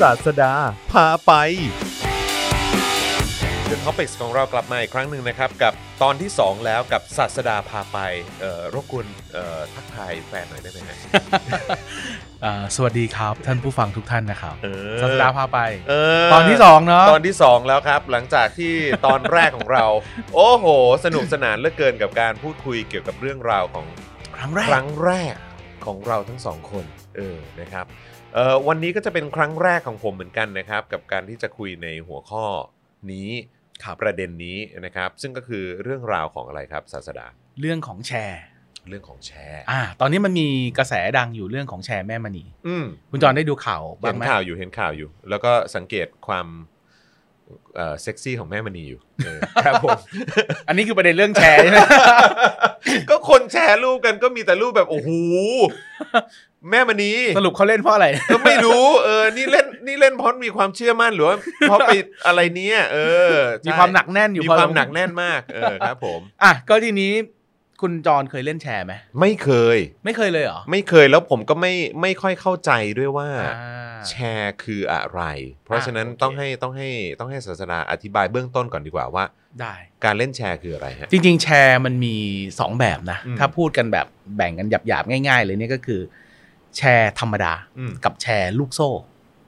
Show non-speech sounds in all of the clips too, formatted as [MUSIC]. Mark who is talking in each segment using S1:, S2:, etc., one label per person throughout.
S1: ศาสดา พาไป
S2: The Topics ของเรากลับมาอีกครั้งหนึ่งนะครับ กับตอนที่ 2 แล้วกับศาสดาพาไปเอ่อรบกวนเอ่อทักทายแฟนหน่อยได้ไหมฮะ
S3: [LAUGHS] อ่าสวัสดีครับท่านผู้ฟังทุกท่านนะครับ
S2: เออ
S3: สัปดาห์พาไป
S2: เออ
S3: ตอนที่สองเนาะ
S2: ตอนที่ 2 แล้วครับ หลังจากที่ตอนแรกของเรา [LAUGHS] โอ้โห สนุกสนานเหลือเกินกับการพูดคุยเกี่ยวกับเรื่องราวของ
S3: ครั้งแรก
S2: ครั้งแรกของเราทั้งสองคนเออนะครับเอ่อวันนี้ก็จะเป็นครั้งแรกของผมเหมือนกันนะครับ กับการที่จะคุยในหัวข้อนี้ประเด็นนี้นะครับ ซึ่งก็คือเรื่องราวของอะไรครับศาสดา
S3: เรื่องของแชร์
S2: เรื่องของแชร์
S3: อ่าตอนนี้มันมีกระแสดังอยู่เรื่องของแชร์แม่มณี
S2: อืม
S3: คุณจอนได้ดูข่าวบ้า
S2: เห็
S3: ง
S2: น
S3: ไหม
S2: ข่าวอยู่เห็นข่าวอยู่ แล้วก็สังเกตความเอ่อเซ็กซี่ของแม่มณีอยู่เออครับผม
S3: อันนี้คือประเด็นเรื่องแชร์ใช่ไหม
S2: [LAUGHS] ก็คนแชร์รูปกันก็มีแต่รูปแบบโอ้โหแม่มณี
S3: สรุปเขาเล่นเพราะอะไร
S2: ก็ไม่รู้เออ นี่เล่นนี่เล่นเพราะมีความเชื่อมั่นหรือว่าเพราะไปอะไรเนี้ยเออ
S3: มีความหนักแน่นอยู่
S2: มี
S3: พอ
S2: ค
S3: ส
S2: วามหนักแน่นมากเออครับ ผม
S3: อ่ะก็ทีนี้คุณจอนเคยเล่นแชร์ไหม
S2: ไม่เคย
S3: ไม่เคยเลยเหรอ
S2: ไม่เคยแล้วผมก็ไม่ไม่ค่อยเข้าใจด้วยว่า
S3: อ่า
S2: แชร์คืออะไร เพราะฉะนั้น
S3: อ่ะโอเค
S2: ต้องให้ต้องให้ต้องให้ศาสนาอธิบายเบื้องต้นก่อนดีกว่าว่า
S3: ได้
S2: การเล่นแชร์คืออะไรฮะ
S3: จริงๆ แชร์มันมี 2 แบบนะ
S2: อืม
S3: ถ้าพูดกันแบบแบ่งกันหยาบๆ ง่าย ๆ เลยเนี่ยก็คือ แชร์ธรรมดา
S2: อืม
S3: กับแชร์ลูกโซ่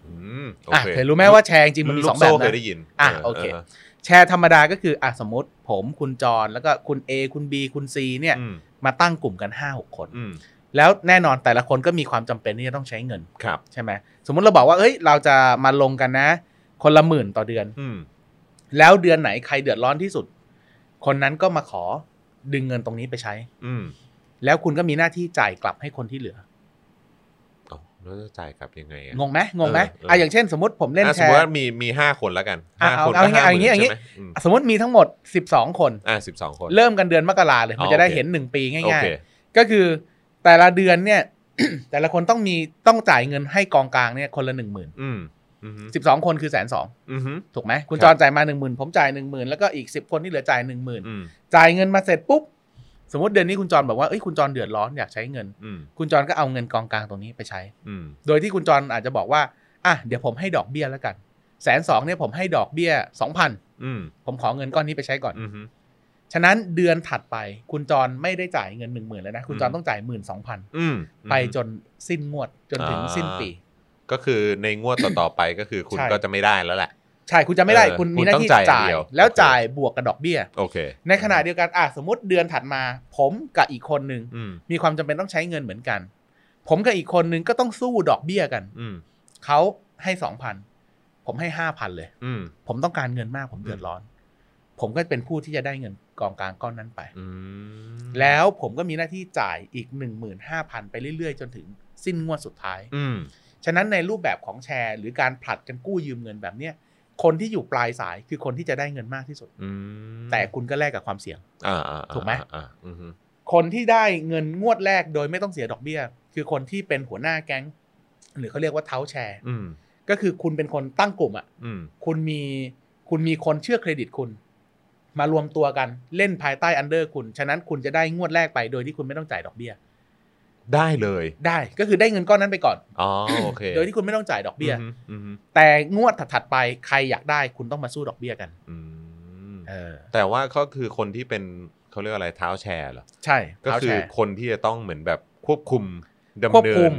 S2: อืมโอ
S3: อ่ะ
S2: เค
S3: เคยรู้ไหมว่าแชร์จริงๆมันมี
S2: ลู
S3: สอก งแบ
S2: โซ่
S3: บ
S2: เคย
S3: นะ
S2: ได้ยิน
S3: อ่ะโอเค
S2: า
S3: แชร์ธรรมดาก็คืออ่ะสมมติผมคุณจรแล้วก็คุณ A คุณ B คุณ C เนี่ย
S2: อืม
S3: มาตั้งกลุ่มกัน 5 6 คน
S2: อืม
S3: แล้วแน่นอนแต่ละคนก็มีความจำเป็นที่จะต้องใช้เงิน
S2: ครับ
S3: ใช่ไหมสมมุติเราบอกว่าเอ้ยเราจะมาลงกันนะ คนละหมื่นต่อเดือน
S2: อืม
S3: แล้วเดือนไหนใครเดือดร้อนที่สุด คนนั้นก็มาขอดึงเงินตรงนี้ไปใช้
S2: อืม
S3: แล้วคุณก็มีหน้าที่จ่ายกลับให้คนที่เหลือ
S2: เอ้าแล้วจะจ่ายกลับยังไงอะ
S3: งงไหมงงไหม
S2: เออเอออ่
S3: อ่ะอย่างเช่น สมมติผมเล่น
S2: อ่ะส
S3: แช
S2: มม
S3: ร์
S2: ติว่ามีมีห้าคนแล้วกัน
S3: อ่ะ
S2: ห้า
S3: เอา
S2: คน
S3: เอาอย่างงี้
S2: ก็ห้หมื่น
S3: เอาอย่างงี้อย่างงี้
S2: ใช่ไหมม
S3: สมมติมีทั้งหมด 12 คน
S2: อ่าสิบสองคน
S3: เริ่มกันเดือนมกราเลย มัน
S2: อ๋อ
S3: จะได้
S2: โอเค
S3: เห็น 1 ปี
S2: โอ
S3: ง่าย
S2: เค
S3: ๆ ก็คือแต่ละเดือนเนี่ย [CLEARS THROAT] แต่ละคนต้องมีต้องจ่ายเงินให้กองกลางเนี่ยคนละ 1 0 0 0 0
S2: อืมอืมฮึ
S3: 12 คนคือแสนสอง
S2: อืมฮึ
S3: ถูกไหมคุณ
S2: ค
S3: จ
S2: รับ
S3: รจ่ายมา 1 0,000 ผมจ่าย 1 0,000 แล้วก็อีก 10 คนที่เหลือจ่าย 1 0,000
S2: อืม
S3: จ่ายเงินมาเสร็จปุ๊บ สมมติเดือนนี้คุณจรบอกว่าเอ้ยคุณจรเดือดร้อนอยากใช้เงิน
S2: อืม
S3: คุณจรก็เอาเงินกองกลางตรงนี้ไปใช้
S2: อืม
S3: โดยที่คุณจรอาจจะบอกว่า อ่ะ เดี๋ยวผมให้ดอกเบี้ยแล้วกัน แสนสองเนี่ยผมให้ดอกเบี้ยสองพัน
S2: อืม
S3: ผมขอเงินก้อนนี้ไปใช้ก่อน
S2: อืมฮึ
S3: ฉะนั้นเดือนถัดไปคุณจรไม่ได้จ่ายเงินหนึ่งหมื่นแล้วนะ คุณจร
S2: อืม
S3: ต้องจ่ายหมื่นสองพัน
S2: อืม
S3: ไปจนสิ้นงวดจนถึง
S2: อ่า
S3: สิ้นปี
S2: ก็คือในงวดต่อต่อๆไปก็คือคุณ
S3: ใช่
S2: ก็จะไม่ได้แล้วแหละ
S3: ใช่ คุณจะไม่ได้
S2: เออ
S3: คุณมีหน้า
S2: คุณต้อง
S3: ที่
S2: จ่าย
S3: จ่า
S2: เดี
S3: ย
S2: ยว
S3: แล้ว
S2: โอเค
S3: จ่ายบวกกับดอกเบี้ย
S2: โอเค
S3: ในขณะเดียวกันอ่ะสมมติเดือนถัดมา ผมกับอีกคนหนึ่ง
S2: อืม
S3: มีความจำเป็นต้องใช้เงินเหมือนกัน ผมกับอีกคนหนึ่งก็ต้องสู้ดอกเบี้ยกัน
S2: อืม
S3: เขาให้สองพัน ผมให้ห้าพันเลย
S2: อืม
S3: ผมต้องการเงินมากผมเดือดร้อน ผมก็เป็นผู้ที่จะได้เงินกองกลางก้อนนั้นไป
S2: อืม
S3: แล้วผมก็มีหน้าที่จ่ายอีก 15,000 ไปเรื่อยๆ จนถึงสิ้นงวดสุดท้าย
S2: อืม
S3: ฉะนั้นในรูปแบบของแชร์ หรือการผลัดกันกู้ยืมเงินแบบเนี้ยคนที่อยู่ปลายสายคือคนที่จะได้เงินมากที่สุด
S2: อืม
S3: แต่คุณก็แลกกับความเสี่ยง
S2: อ่าอ่าอ่า
S3: ถูกไหม
S2: อ่าอืมฮึ
S3: คนที่ได้เงินงวดแรกโดยไม่ต้องเสียดอกเบี้ย คือคนที่เป็นหัวหน้าแก๊ง หรือเขาเรียกว่าเท้าแชร์
S2: อืม
S3: ก็คือคุณเป็นคนตั้งกลุ่มอ่ะ
S2: อืม
S3: คุณมีคุณมีคนเชื่อเครดิตคุณ มารวมตัวกันเล่นภายใต้อันเดอร์คุณ ฉะนั้นคุณจะได้งวดแรกไปโดยที่คุณไม่ต้องจ่ายดอกเบี้ย
S2: ได้เลย
S3: ได้ก็คือได้เงินก้อนนั้นไปก่อน
S2: อ๋อโอเค
S3: โดยที่คุณไม่ต้องจ่ายดอกเบี้ย
S2: อืมฮึอืมฮึ
S3: แต่งวดถัดๆไปใครอยากได้คุณต้องมาสู้ดอกเบี้ยกัน
S2: อืม
S3: เออ
S2: แต่ว่าก็คือคนที่เป็นเขาเรียกอะไรเท้าแชร์เหรอ
S3: ใช่
S2: ก็
S3: เท้า
S2: คื
S3: แช
S2: อ
S3: ร์
S2: คนที่จะต้องเหมือนแบบควบคุมดำ
S3: ควบ
S2: เนิ
S3: คุ
S2: น
S3: ม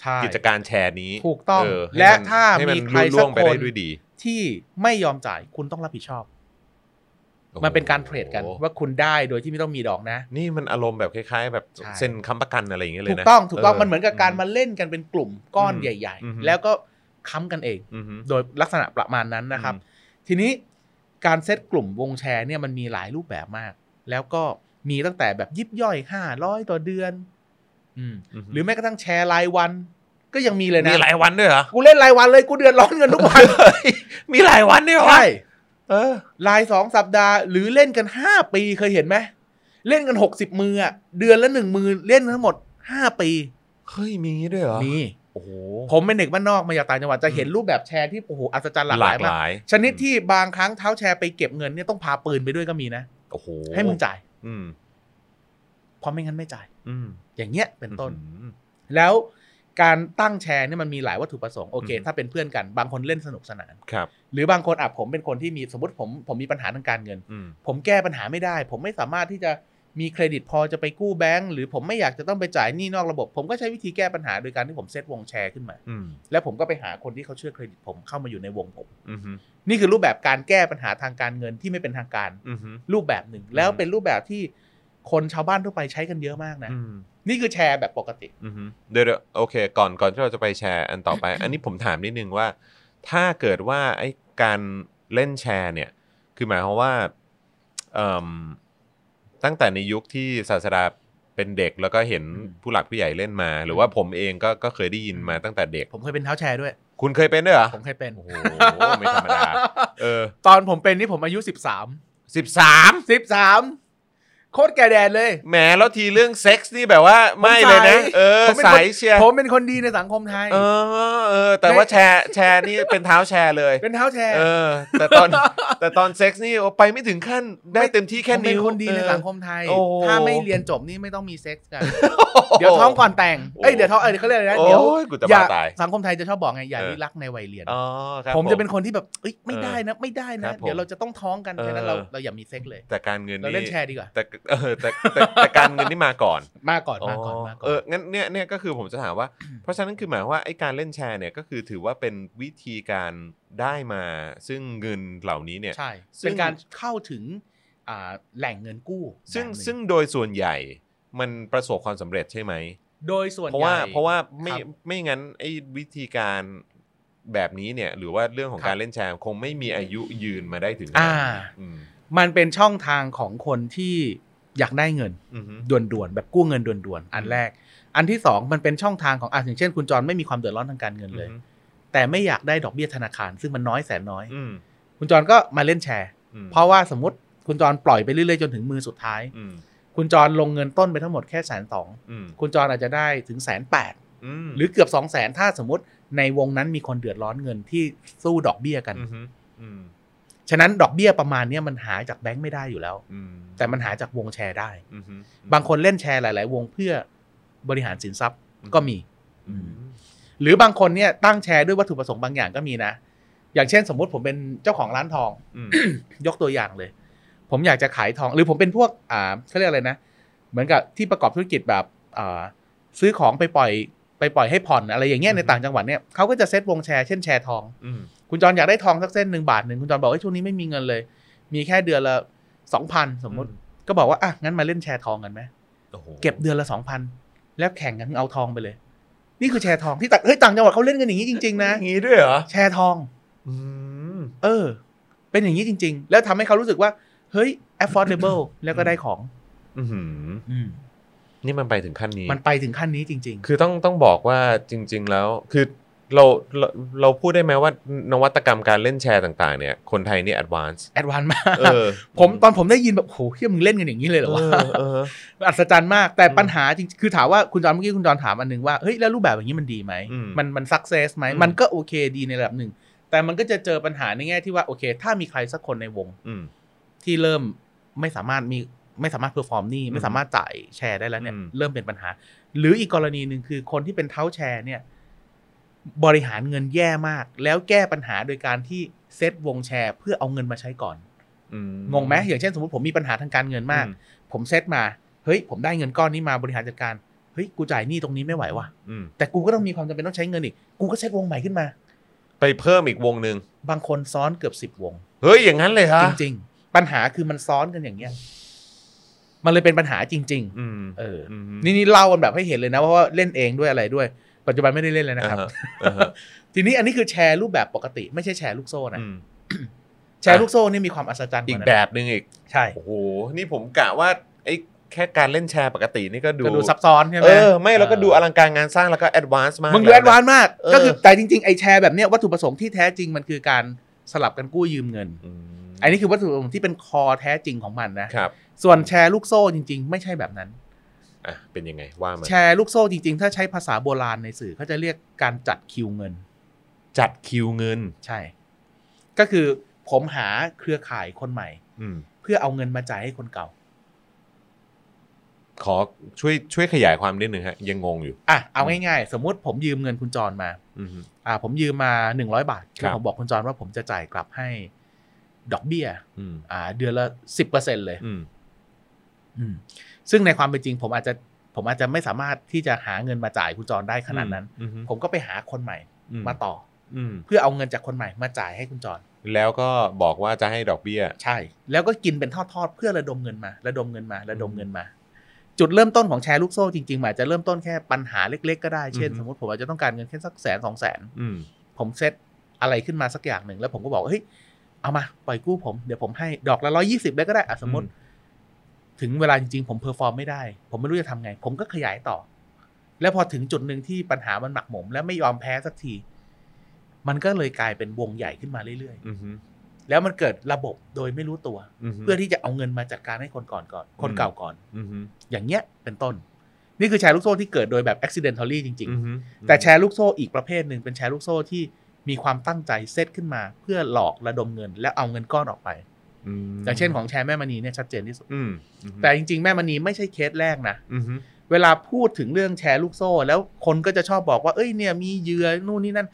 S3: ใช่
S2: กิจการแชร์นี้
S3: ถูกต้อง
S2: เให้
S3: และ
S2: มัน
S3: ถ้า
S2: ให้
S3: มี
S2: น
S3: ใคร
S2: ลุล่
S3: สั
S2: ว
S3: ก
S2: งไป
S3: ค
S2: ได้
S3: น
S2: ด้วยดี
S3: ที่ไม่ยอมจ่ายคุณต้องรับผิดชอบ
S2: โอ้
S3: มันเป็นการเทรดกัน
S2: โอ้
S3: ว่าคุณได้โดยที่ไม่ต้องมีดอกนะ
S2: นี่มันอารมณ์แบบคล้ายๆ แบบ
S3: ใช่
S2: เซ็นค้ำประกันอะไรอย่างเงี้ยเล
S3: ถู
S2: ย
S3: ก
S2: นะ
S3: ต้องถูกต้องมันเหมือนกับการมาเล่นกันเป็นกลุ่มก้อน
S2: อืม
S3: ใหญ่
S2: อือฮึ
S3: ๆ แล้วก็ค้ำกันเอง
S2: อือฮึ
S3: โดยลักษณะประมาณนั้นนะครับ
S2: อืม
S3: ทีนี้การเซตกลุ่มวงแชร์เนี่ยมันมีหลายรูปแบบมาก แล้วก็มีตั้งแต่แบบยิบย่อยห้าร้อยต่อเดือน อืมหรือแม้กระทั่งแชร์รายวัน ก็ยังมีเลยนะ
S2: มีหลายวันด้วยเหรอ
S3: กูเล่นรายวันเลยกูเดือดร้อนเงินทุก
S2: [LAUGHS]
S3: วัน
S2: เฮ้ยมีหลายวันด้วยเหรอ
S3: ใช่
S2: เออ
S3: รายสองสัปดาห์ หรือเล่นกันห้าปีเคยเห็นไหมเล่นกันหกสิบมืออะเดือนละหนึ่งมือเล่นทั้งหมดห้าปี
S2: เฮ้ยมีอย่างงี้ด้วยเหรอ
S3: มี
S2: โอ้โห
S3: ผมเป็นเด็กบ้านนอกมาจากต่างจังหวัดจะเห็น
S2: อืม
S3: รูปแบบแชร์ที่โอ้โหอัศจรรย์ห
S2: ห
S3: ลากห
S2: ลา
S3: ลาย
S2: ก
S3: มา
S2: ห
S3: ก
S2: ลาย
S3: ชนิดที่บางครั้งเท้าแชร์ไปเก็บเงินเนี่ยต้องพาปืนไปด้วยก็มีนะ
S2: โอ้โห
S3: ให้มึงจ่าย
S2: อืม
S3: เพราะไม่งั้นไม่จ่าย
S2: อืม
S3: อย่างเงี้ยเป็นต้น
S2: อืม
S3: แล้ว การตั้งแชร์เนี่ยมันมีหลายวัตถุประสงค์โอเค
S2: อือฮึ
S3: ถ้าเป็นเพื่อนกัน บางคนเล่นสนุกสนาน
S2: ครับ
S3: หรือบางคนอ่ะผมเป็นคนที่มีสมมติผมผมมีปัญหาทางการเงิน
S2: อืม
S3: ผมแก้ปัญหาไม่ได้ ผมไม่สามารถที่จะมีเครดิตพอจะไปกู้แบงก์หรือผมไม่อยากจะต้องไปจ่ายหนี้นอกระบบ ผมก็ใช้วิธีแก้ปัญหาโดยการที่ผมเซตวงแชร์ขึ้นมา
S2: อืม
S3: แล้วผมก็ไปหาคนที่เขาเชื่อเครดิตผมเข้ามาอยู่ในวงผม
S2: อืมฮึ
S3: นี่คือรูปแบบการแก้ปัญหาทางการเงินที่ไม่เป็นทางการ
S2: อืมฮึ
S3: รูปแบบหนึ่ง แล้วเป็นรูปแบบที่คนชาวบ้านทั่วไปใช้กันเยอะมากนะ
S2: อืม
S3: นี่คือแชร์แบบปกติ
S2: อือฮึเดี๋ยวๆโอเค ก่อนก่อนที่เราจะไปแชร์อันต่อไป [COUGHS] อันนี้ผมถามนิดนึงว่า ถ้าเกิดว่าไอ้การเล่นแชร์เนี่ย คือหมายความว่าเอิ่มตั้งแต่ในยุคที่ศาสดาเป็นเด็กแล้วก็เห็น
S3: อืม
S2: ผู้หลักผู้ใหญ่เล่นมา หรือว่าผมเองก็ก็เคยได้ยินมาตั้งแต่เด็ก
S3: ผมเคยเป็นเท้าแชร์ด้วย
S2: คุณเคยเป็นด้วยเหรอ
S3: ผมเคยเป็น
S2: โอ้โหไม่ธรรมดา [LAUGHS] เออ
S3: ตอนผมเป็นนี่ผมอายุ 13
S2: สิบสาม
S3: 13 โคตรแก่แดดเลย
S2: แหมแล้วทีเรื่องเซ็กส์นี่แบบว่าไม่เลยนะ
S3: ผมสาย
S2: เออ
S3: ผมเป็นคน
S2: สายเชียร์
S3: ผมเป็นคนดีในสังคมไทย
S2: เออเออ แต่ว่าแชร์แชร์นี่เป็นเท้าแชร์เลย
S3: เป็นเท้าแชร์
S2: เออ แต่ตอน [LAUGHS] แต่ตอนเซ็กซ์นี่โอ้ไปไม่ถึงขั้นได้เต็มที่แค่
S3: ผมเป็
S2: นิ้
S3: น
S2: ว
S3: คนดีใน
S2: เออ
S3: สังคมไทย
S2: โอ้
S3: ถ้าไม่เรียนจบนี่ไม่ต้องมีเซ็กส์กัน เดี๋ยวท้องก่อนแต่ง เอ้ยเดี๋ยวท้องเอ้ยเขาเรียกอะไรนะ
S2: โอ้
S3: เดี๋ยว
S2: ยกูจะ
S3: อย่า
S2: บ้าตาย
S3: สังคมไทยจะชอบบอกไงอย่า
S2: เออ
S3: ลิรักในวัยเรียน
S2: อ๋อครับ
S3: ผมจะเป็นคนที่แบบเอ้ยไม่ได้นะ ไม่ได้
S2: ครั
S3: นะ
S2: บผม
S3: เดี๋ยวเราจะต้องท้องกัน
S2: เออ
S3: ฉะนั้นเราเราอย่ามีเซ็กเลย
S2: แต่การเงิน
S3: เรา
S2: นี่
S3: เล่นแชร์ดีกว่า
S2: แต่เออแต่แต่แต่การเงินนี่มาก่อน
S3: มาก่อนมาก่อนมาก่
S2: เอ
S3: อ
S2: อน งั้นเนี่ยเนี่ยก็คือผมจะถามว่า เพราะฉะนั้นคือหมายว่าไอ้การเล่นแชร์เนี่ยก็คือถือว่าเป็นวิธีการได้มา ซึ่งเงินเหล่านี้เนี่ย
S3: ใช่
S2: ซึ่ง
S3: เป็นการเข้าถึงอ่าแหล่งเงินกู้
S2: ซึ่ง
S3: แบบหนึ่
S2: ซึ่งโดยส่วนใหญ่มันประสบความสำเร็จใช่ไหม
S3: โดยส่วน
S2: เพราะว่า
S3: ใหญ่
S2: เพราะว่าไม่
S3: ครับ
S2: ไม่งั้นไอ้วิธีการแบบนี้เนี่ย หรือว่าเรื่องของ
S3: ครับ
S2: การเล่นแชร์คงไม่มีอายุยืนมาได้ถึง
S3: อ่า
S2: อืม
S3: มันเป็นช่องทางของคนที่อยากได้เงิน
S2: อืมฮึ
S3: ด่วนๆแบบกู้เงินด่วนๆอันแรก อันที่สองมันเป็นช่องทางของอ่ะอย่างเช่น คุณจรไม่มีความเดือดร้อนทางการเงินเลย แต่ไม่อยากได้ดอกเบี้ยธนาคาร ซึ่งมันน้อยแสนน้อย
S2: อืม
S3: คุณจรก็มาเล่นแชร์
S2: อืม
S3: เพราะว่าสมมติคุณจรปล่อยไปเรื่อยๆจนถึงมือสุดท้าย
S2: อืม
S3: คุณจรลงเงินต้นไปทั้งหมดแค่แสนสอง
S2: อืม
S3: คุณจรอาจจะได้ถึงแสนแปด
S2: ม
S3: หรือเกือบสองแสนถ้าสมมติในวงนั้นมีคนเดือดร้อนเงินที่สู้ดอกเบี้ยกัน
S2: อืมฮึอืม
S3: ฉะนั้นดอกเบี้ยประมาณเนี้ยมันหาจากแบงค์ไม่ได้อยู่แล้ว
S2: อืม
S3: แต่มันหาจากวงแชร์ได้
S2: อืมฮึ
S3: บางคนเล่นแชร์หลาย ๆ วงเพื่อบริหารสินทรัพย์ก็มี
S2: อืม
S3: หรือบางคนเนี่ยตั้งแชร์ด้วยวัตถุประสงค์บางอย่างก็มีนะ อย่างเช่น สมมติผมเป็นเจ้าของร้านทอง
S2: อืม
S3: ยกตัวอย่างเลย ผมอยากจะขายทองหรือผมเป็นพวกอ่าเขาเรียกอะไรนะ เหมือนกับที่ประกอบธุรกิจแบบอ่าซื้อของไปปล่อยไปปล่อยให้ผ่อนอะไรอย่างเงี้ย
S2: อือ
S3: ใน
S2: ฮึ
S3: ต่างจังหวัดเนี่ยเขาก็จะเซตวงแชร์เช่นแชร์ทอง
S2: อืม
S3: คุณจรอยากได้ทองสักเส้นหนึ่งบาทหนึ่งคุณจรบอกว่าช่วงนี้ไม่มีเงินเลย มีแค่เดือนละสองพันสมมติ ก็บอกว่าอ่ะงั้นมาเล่นแชร์ทองกันไหม
S2: โอ้โห
S3: เก็บเดือนละสองพันแล้วแข่งกันเอาทองไปเลย นี่คือแชร์ทองที่ต่างเฮ้ยต่างจังหวัดเขาเล่นกันอย่างนี้จริง ๆ นะ
S2: อย่างงี้ด้วยเหรอ
S3: แชร์ทอง
S2: อืม
S3: เออ เป็นอย่างนี้จริง ๆ แล้วทำให้เขารู้สึกว่า เฮ้ย affordable แล้วก็ได้ของ
S2: อื้อหือนี่มันไปถึงขั้นนี้
S3: มันไปถึงขั้นนี้จริง
S2: คือต้องต้องบอกว่าจริง ๆ แล้วคือเราเราเราพูดได้ไหมว่านวัตกรรมการเล่นแชร์ต่าง ๆ เนี่ย คนไทยนี่ advance
S3: ๆ แอดวานมาก
S2: เออ
S3: ผมตอนผมได้ยินแบบโหเฮียมึงเล่นกันอย่างนี้เลยเหรอวะ
S2: เออเออ
S3: อัศจรรย์มาก แต่
S2: อืม
S3: ปัญหาจริง คือถามว่าคุณจอนเมื่อกี้คุณจอนถามอันหนึงว่า เฮ้ย แล้วรูปแบบอย่างนี้มันดีไหม
S2: อืม
S3: มันมันสักเซสไหม
S2: อืม
S3: มันก็โอเคดีในระดับหนึ่ง แต่มันก็จะเจอปัญหาในแง่ที่ว่า โอเค ถ้ามีใครสักคนในวง
S2: อืม
S3: ที่เริ่มไม่สามารถมีไม่สามารถเพอร์ฟอร์มนี่ ไม่สามารถจ่ายแชร์ได้แล้วเนี่ย
S2: อืม
S3: เริ่มเป็นปัญหา หรืออีกกรณีหนึ่งคือคนที่เป็นเท้าแชร์เนี่ย บริหารเงินแย่มาก แล้วแก้ปัญหาโดยการที่เซตวงแชร์ เพื่อเอาเงินมาใช้ก่อน
S2: อืม
S3: งงไหมอย่างเช่นสมมติผมมีปัญหาทางการเงินมาก ผมเซตมา เฮ้ย ผมได้เงินก้อนนี้มาบริหารจัดการ เฮ้ย กูจ่ายหนี้ตรงนี้ไม่ไหวว่ะ
S2: อืม
S3: แต่กูก็ต้องมีความจำเป็นต้องใช้เงินอีก กูก็เซตวงใหม่ขึ้นมา
S2: ไปเพิ่มอีกวงหนึ่ง
S3: บางคนซ้อนเกือบสิบวง
S2: เฮ้ย อย่างนั้นเลยฮะ
S3: จริง ๆ ปัญหาคือมันซ้อนกันอย่างเงี้ย มันเลยเป็นปัญหาจริง
S2: อืม
S3: ๆ เออ
S2: อืม
S3: นี่นี่เล่ากันแบบให้เห็นเลยนะเพราะว่าเล่นเองด้วยอะไรด้วย ปัจจุบันไม่ได้เล่นเลยนะครับ
S2: อ่าฮอ่าฮะ
S3: ทีนี้อันนี้คือแชร์รูปแบบปกติ ไม่ใช่แชร์ลูกโซ่นะ
S2: อืม
S3: แชร์ลูกโซ่นี่มีความอัศจรรย์
S2: อีก
S3: ว่านั้น
S2: แบบหนึ่งอีก
S3: ใช่
S2: โอ้โห นี่ผมกะว่าไอ้แค่การเล่นแชร์ปกตินี่ก็ดู
S3: ก็ดูซับซ้อนใช่ไหม
S2: เออ ไม่แล้วก็ดูอลังการงานสร้างแล้วก็ advance มาก
S3: มึงดูแอดวาน
S2: ซ์
S3: ซ์มาก
S2: เออ
S3: ก็คือแต่จริงๆไอแชร์แบบเนี้ยวัตถุประสงค์ที่แท้จริงมันคือการสลับกันกู้ยืมเงิน อันนี้คือวัตถุประสงค์ที่เป็นคอแท้จริงของมันนะ
S2: ครับ
S3: ส่วนแชร์ลูกโซ่จริง ๆ ไม่ใช่แบบนั้น
S2: อ่ะ เป็นยังไงว่ามา
S3: แชร์ลูกโซ่จริง ๆ ถ้าใช้ภาษาโบราณในสื่อเขาจะเรียกการจัดคิวเงิน
S2: จัดคิวเงิน
S3: ใช่ ก็คือผมหาเครือข่ายคนใหม่
S2: อืม
S3: เพื่อเอาเงินมาจ่ายให้คนเก่า
S2: ขอช่วยช่วยขยายความนิดหนึ่งฮะยังงงอยู่
S3: อ่ะเอาง่ายๆ สมมุติผมยืมเงินคุณจรมา
S2: อือฮึ
S3: อ่า ผมยืมมา 100 บาท
S2: ครับ
S3: แล้วผมบอกคุณจรว่าผมจะจ่ายกลับให้ดอกเบี้ย
S2: อืม
S3: อ่า เดือนละสิบเปอร์เซ็นเลย
S2: อืม
S3: อืมซึ่งในความเป็นจริง ผมอาจจะผมอาจจะไม่สามารถที่จะหาเงินมาจ่ายคุณจรได้ขนาดนั้น
S2: อือฮึ
S3: ผมก็ไปหาคนใหม่
S2: อื
S3: มาต่อ
S2: อืม
S3: เพื่อเอาเงินจากคนใหม่มาจ่ายให้คุณจร
S2: แล้วก็บอกว่าจะให้ดอกเบี้ย
S3: ใช่ แล้วก็กินเป็นทอดๆ เพื่อระดมเงินมา ระดมเงินมา ระดมเงินมา จุดเริ่มต้นของแชร์ลูกโซ่จริงๆมันอาจจะเริ่มต้นแค่ปัญหาเล็ก ๆ ก็ได้ เช่น
S2: อือฮึ
S3: สมมติผมอาจจะต้องการเงินแค่สักแสนสองแสน
S2: อืม
S3: ผมเซตอะไรขึ้นมาสักอย่างหนึ่ง แล้วผมก็บอกว่าเฮ้ย เอามา ปล่อยกู้ผม เดี๋ยวผมให้ดอกละร้อยี่สิบได้ก็ได้อะสมมติ ถึงเวลาจริงๆ ผมเพอร์ฟอร์มไม่ได้ ผมไม่รู้จะทำไง ผมก็ขยายต่อ แล้วพอถึงจุดหนึ่งที่ปัญหามันหมักหมม และไม่ยอมแพ้สักที มันก็เลยกลายเป็นวงใหญ่ขึ้นมาเรื่อย
S2: อืมอืม
S3: ๆ แล้วมันเกิดระบบโดยไม่รู้ตัว
S2: ฮึ
S3: เพื่อที่จะเอาเงินมาจัดการให้คนก่อนก่อน คน
S2: อืม
S3: เก่าก่อน
S2: อืมฮึ
S3: อย่างเงี้ยเป็นต้น นี่คือแชร์ลูกโซ่ที่เกิดโดยแบบ accidentally จริง
S2: อืม
S3: ๆ
S2: ฮึ
S3: แต่แชร์ลูกโซ่อีกประเภทหนึ่งเป็นแชร์ลูกโซ่ที่มีความตั้งใจเซตขึ้นมา เพื่อหลอกระดมเงิน แล้วเอาเงินก้อนออกไป
S2: ม
S3: อย่างเช่นของแชร์แม่มณีเนี่ยชัดเจนที่สุด
S2: อืมอืม
S3: แต่จริงๆ แม่มณีไม่ใช่เคสแรกนะ
S2: อืมฮึ
S3: เวลาพูดถึงเรื่องแชร์ลูกโซ่ แล้วคนก็จะชอบบอกว่าเอ้ยเนี่ยมีเหยื่อนู่นนี่นั่น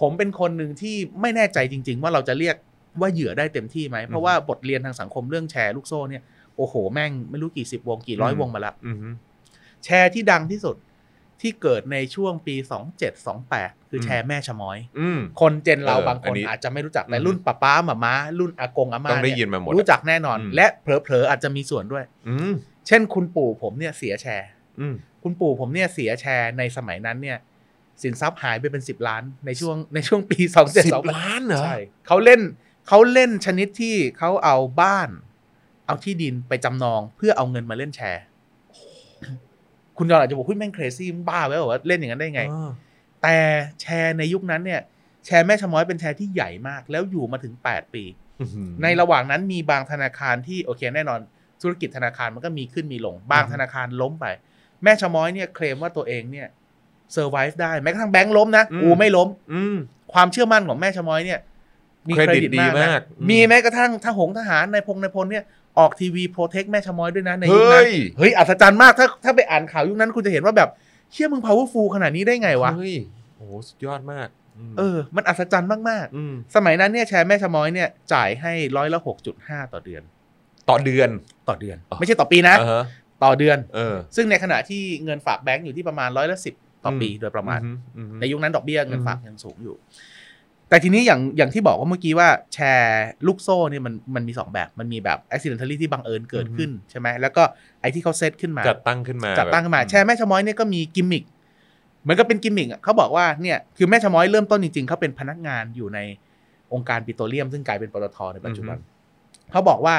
S3: ผมเป็นคนหนึ่งที่ไม่แน่ใจจริง ๆ ว่าเราจะเรียกว่าเหยื่อได้เต็มที่ไหมเพราะว่าบทเรียนทางสังคมเรื่องแชร์ลูกโซ่เนี่ยโอ้โหแม่งไม่รู้กี่สิบวงกี่ร้อยวงมาละ
S2: อืมฮึ
S3: แชร์ที่ดังที่สุดที่เกิดในช่วงปี 2728 คือแชร์แม่ชะม้อย
S2: อืม
S3: คนเจน
S2: เออบ
S3: เราาง
S2: อั
S3: คน น
S2: นี้
S3: อาจจะไม่รู้จัก
S2: อืม
S3: แต่รุ่นป้าป้าหมาม้ารุ่นอากงอาม่า
S2: ต้องได้
S3: เนี่ย
S2: ยินมาหมดอะ
S3: รู้จักแน่นอน
S2: อืม
S3: และเผลอๆอาจจะมีส่วนด้วย
S2: อืม
S3: เช่นคุณปู่ผมเนี่ยเสียแชร์
S2: อืม
S3: คุณปู่ผมเนี่ยเสียแชร์ในสมัยนั้นเนี่ยสินทรัพย์หายไปเป็น 10 ล้านในช่วงในช่วงปี 2 7 2
S2: สิบ
S3: 8
S2: ล้านเหรอ
S3: ใช่เขาเล่นเขาเล่นชนิดที่เขาเอาบ้าน เอาที่ดินไปจำนองเพื่อเอาเงินมาเล่นแชร์ คุณจอนอาจจะบอกคุณแม่งเครซี่บ้าไว้บอกว่าเล่นอย่างนั้นได้ไง
S2: เออ
S3: แต่แชร์ในยุคนั้นเนี่ย แชร์แม่ชะม้อยเป็นแชร์ที่ใหญ่มาก แล้วอยู่มาถึง 8 ปี
S2: อื้อหือ
S3: ในระหว่างนั้นมีบางธนาคารที่โอเคแน่นอน ธุรกิจธนาคารมันก็มีขึ้นมีลง บาง
S2: อือฮึ
S3: ธนาคารล้มไป แม่ชะม้อยเนี่ยเคลมว่าตัวเองเนี่ยเซอร์ไวฟ์ได้ แม้กระทั่งแบงค์ล้มนะกูไม่ล้ม
S2: อืม
S3: ความเชื่อมั่นของแม่ชะม้อยเนี่ย
S2: เครดิตดี
S3: นะ
S2: มากอืม
S3: มีแม้กระทั่งทหงทหารในายพงในายพลเนี่ยออกทีวีโปรเทคแม่ชะม้อยด้วยนะในยุคนั้
S2: เฮ้
S3: น
S2: ย
S3: เฮ้ยอัศจรรย์มากถ้าถ้าไปอ่านข่าวยุคนั้นคุณจะเห็นว่าแบบเชื่อมึง powerful ขนาดนี้ได้ไงวะ
S2: เฮ้ยโอ้โหสุดยอดมากม
S3: เออ มันอัศจรรย์มาก
S2: ม
S3: ๆ สมัยนั้นเนี่ยแชร์แม่ชะม้อยเนี่ยจ่ายให้ร้อยละหกจุดห้าต่อเดือน
S2: ต่อเดือน
S3: ต่อเดือน
S2: อ๋อ
S3: ไม่ใช่ต่อปีนะ
S2: อ่าฮะ
S3: ต่อเดือน
S2: เออ
S3: ซึ่งในขณะที่เงินฝากแบงก์อยู่ที่ประมาณร้อยละสิบต่ออ
S2: ม
S3: ปีโดยประมาณ
S2: อือืม
S3: ในยุคนั้นดอกเบี้ยเงิน
S2: อืม
S3: ฝากยังสูงอยู่ แต่ทีนี้อย่างอย่างที่บอกว่าเมื่อกี้ว่าแชร์ลูกโซ่เนี่ยมันมันมีสองแบบ มันมีแบบ accidentally ที่บังเอิญเกิดขึ้นใช่ไหมแล้วก็ไอ้ที่เขาเซตขึ้นมา
S2: จัดตั้งขึ้นมา
S3: จัดตั้งขึ้นมา
S2: บบ
S3: แชร์แม่ชะม้อยเนี่ยก็มีกิมมิคเหมือนก็เป็นกิมมิคอะเขาบอกว่าเนี่ยคือแม่ชะม้อยเริ่มต้นจริงๆเขาเป็นพนักงานอยู่ในองค์การปิโตรเลียม ซึ่งกลายเป็นปตทในปัจจุบันเขาบอกว่า